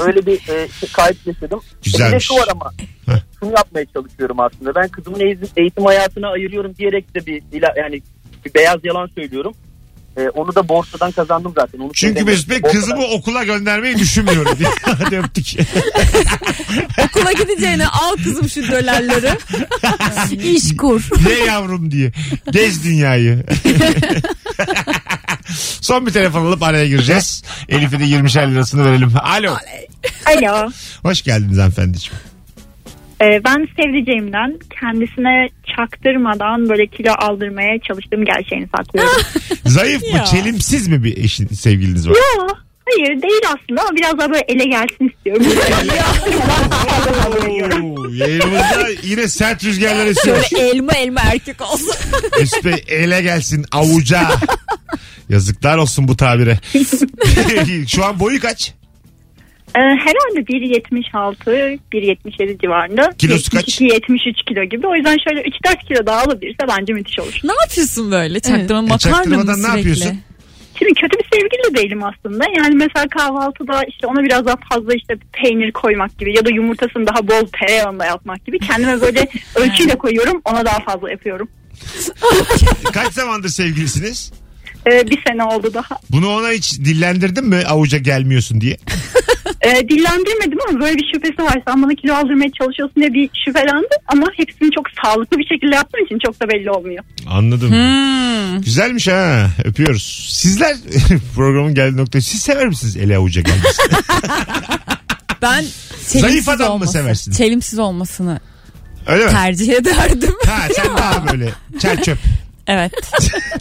L: Böyle bir e, şey, kayıp yaşadım.
B: Güzelmiş.
L: Bir de şu var ama.
B: Heh.
L: Şunu yapmaya çalışıyorum aslında. Ben kızımın eğitim, eğitim hayatına ayırıyorum diyerek de bir ila- yani bir beyaz yalan söylüyorum. E, onu da borsadan kazandım zaten. Onu
B: Çünkü
L: söylemiyorum.
B: Mesut Bey
L: Borsadan-
B: kızımı okula göndermeyi düşünmüyorum diye. Hadi öptük.
C: Okula gideceğine al kızım şu dölerleri. İş kur.
B: Ye yavrum diye. Gez dünyayı. Son bir telefon alıp araya gireceğiz. Elif'e de 20'şer lirasını verelim. Alo.
M: Alo.
B: Hoş geldiniz hanımefendiciğim.
M: Ee, ben sevdiceğimden kendisine çaktırmadan böyle kilo aldırmaya çalıştığım gerçeğini saklıyorum.
B: Zayıf mı,
M: Ya.
B: çelimsiz mi bir eşin, sevgiliniz var?
M: Yo, hayır değil aslında ama biraz daha böyle ele gelsin istiyorum.
B: Oo, Yayınımızda yine sert rüzgarlar esiyor.
C: Şöyle elma elma erkek olsun.
B: Mesut Bey ele gelsin avuca. Yazıklar olsun bu tabire. Şu an boyu kaç?
M: Ee, herhalde 1.76, 1.77 civarında.
B: Kilosu kaç?
M: 72-73 kilo gibi. O yüzden şöyle 3-4 kilo daha alabilirse bence müthiş olur.
C: ne yapıyorsun böyle? Çaktırma
B: E,
C: makarna mı
B: çaktırmadan ne
C: sürekli?
B: yapıyorsun?
M: Şimdi kötü bir sevgili de değilim aslında. Yani mesela kahvaltıda işte ona biraz daha fazla işte peynir koymak gibi ya da yumurtasını daha bol tereyağında yapmak gibi. Kendime böyle ölçüyle koyuyorum ona daha fazla yapıyorum.
B: Kaç zamandır sevgilisiniz?
M: Ee, bir sene oldu daha.
B: Bunu ona hiç dillendirdin mi avuca gelmiyorsun diye?
M: Ee, dillendirmedim ama böyle bir şüphesi var. Sen bana kilo aldırmaya çalışıyorsun diye bir şüphelendi. Ama hepsini çok sağlıklı bir şekilde yaptığım için çok da belli olmuyor.
B: Anladım.
C: Hmm.
B: Güzelmiş ha. Öpüyoruz. Sizler programın geldiği noktayı siz sever misiniz ele avuca gelmesini?
C: Ben
B: Zayıf adam mı
C: olması-
B: seversin?
C: Çelimsiz olmasını
B: Öyle mi?
C: tercih ederdim.
B: Ha sen daha böyle çer çöp.
C: Evet.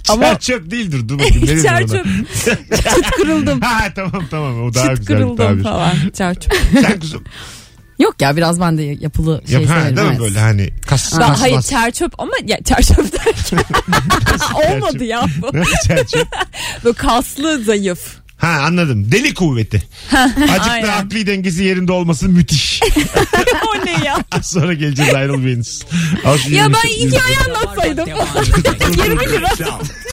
B: Çer çöp değildir. Dur bakayım. ne dedim
C: Çer
B: ona?
C: çöp. Çıt kırıldım.
B: Ha tamam tamam o daha
D: Çıt
B: güzel.
D: kırıldım
B: tabir.
D: falan.
C: Çarçur.
B: Sen kuzum.
D: Yok ya biraz ben de yapılı şey
B: Yap, ha,
D: severim.
B: değil mi
D: evet.
B: böyle hani kas,
C: Ben,
B: kas,
C: hayır
B: kas.
C: çerçöp ama ya çerçöp derken olmadı ya bu.
B: Nasıl çer çöp?
C: Böyle kaslı zayıf.
B: Ha anladım. Deli kuvveti. Acık da
C: Aynen.
B: akli dengesi yerinde olması müthiş.
C: o ne ya?
B: Az Sonra geleceğiz ayrılmayınız. Az
C: Ya
B: yürüyün.
C: ben hikaye anlatsaydım.
B: Dur, dur, dur.
C: 20 lira.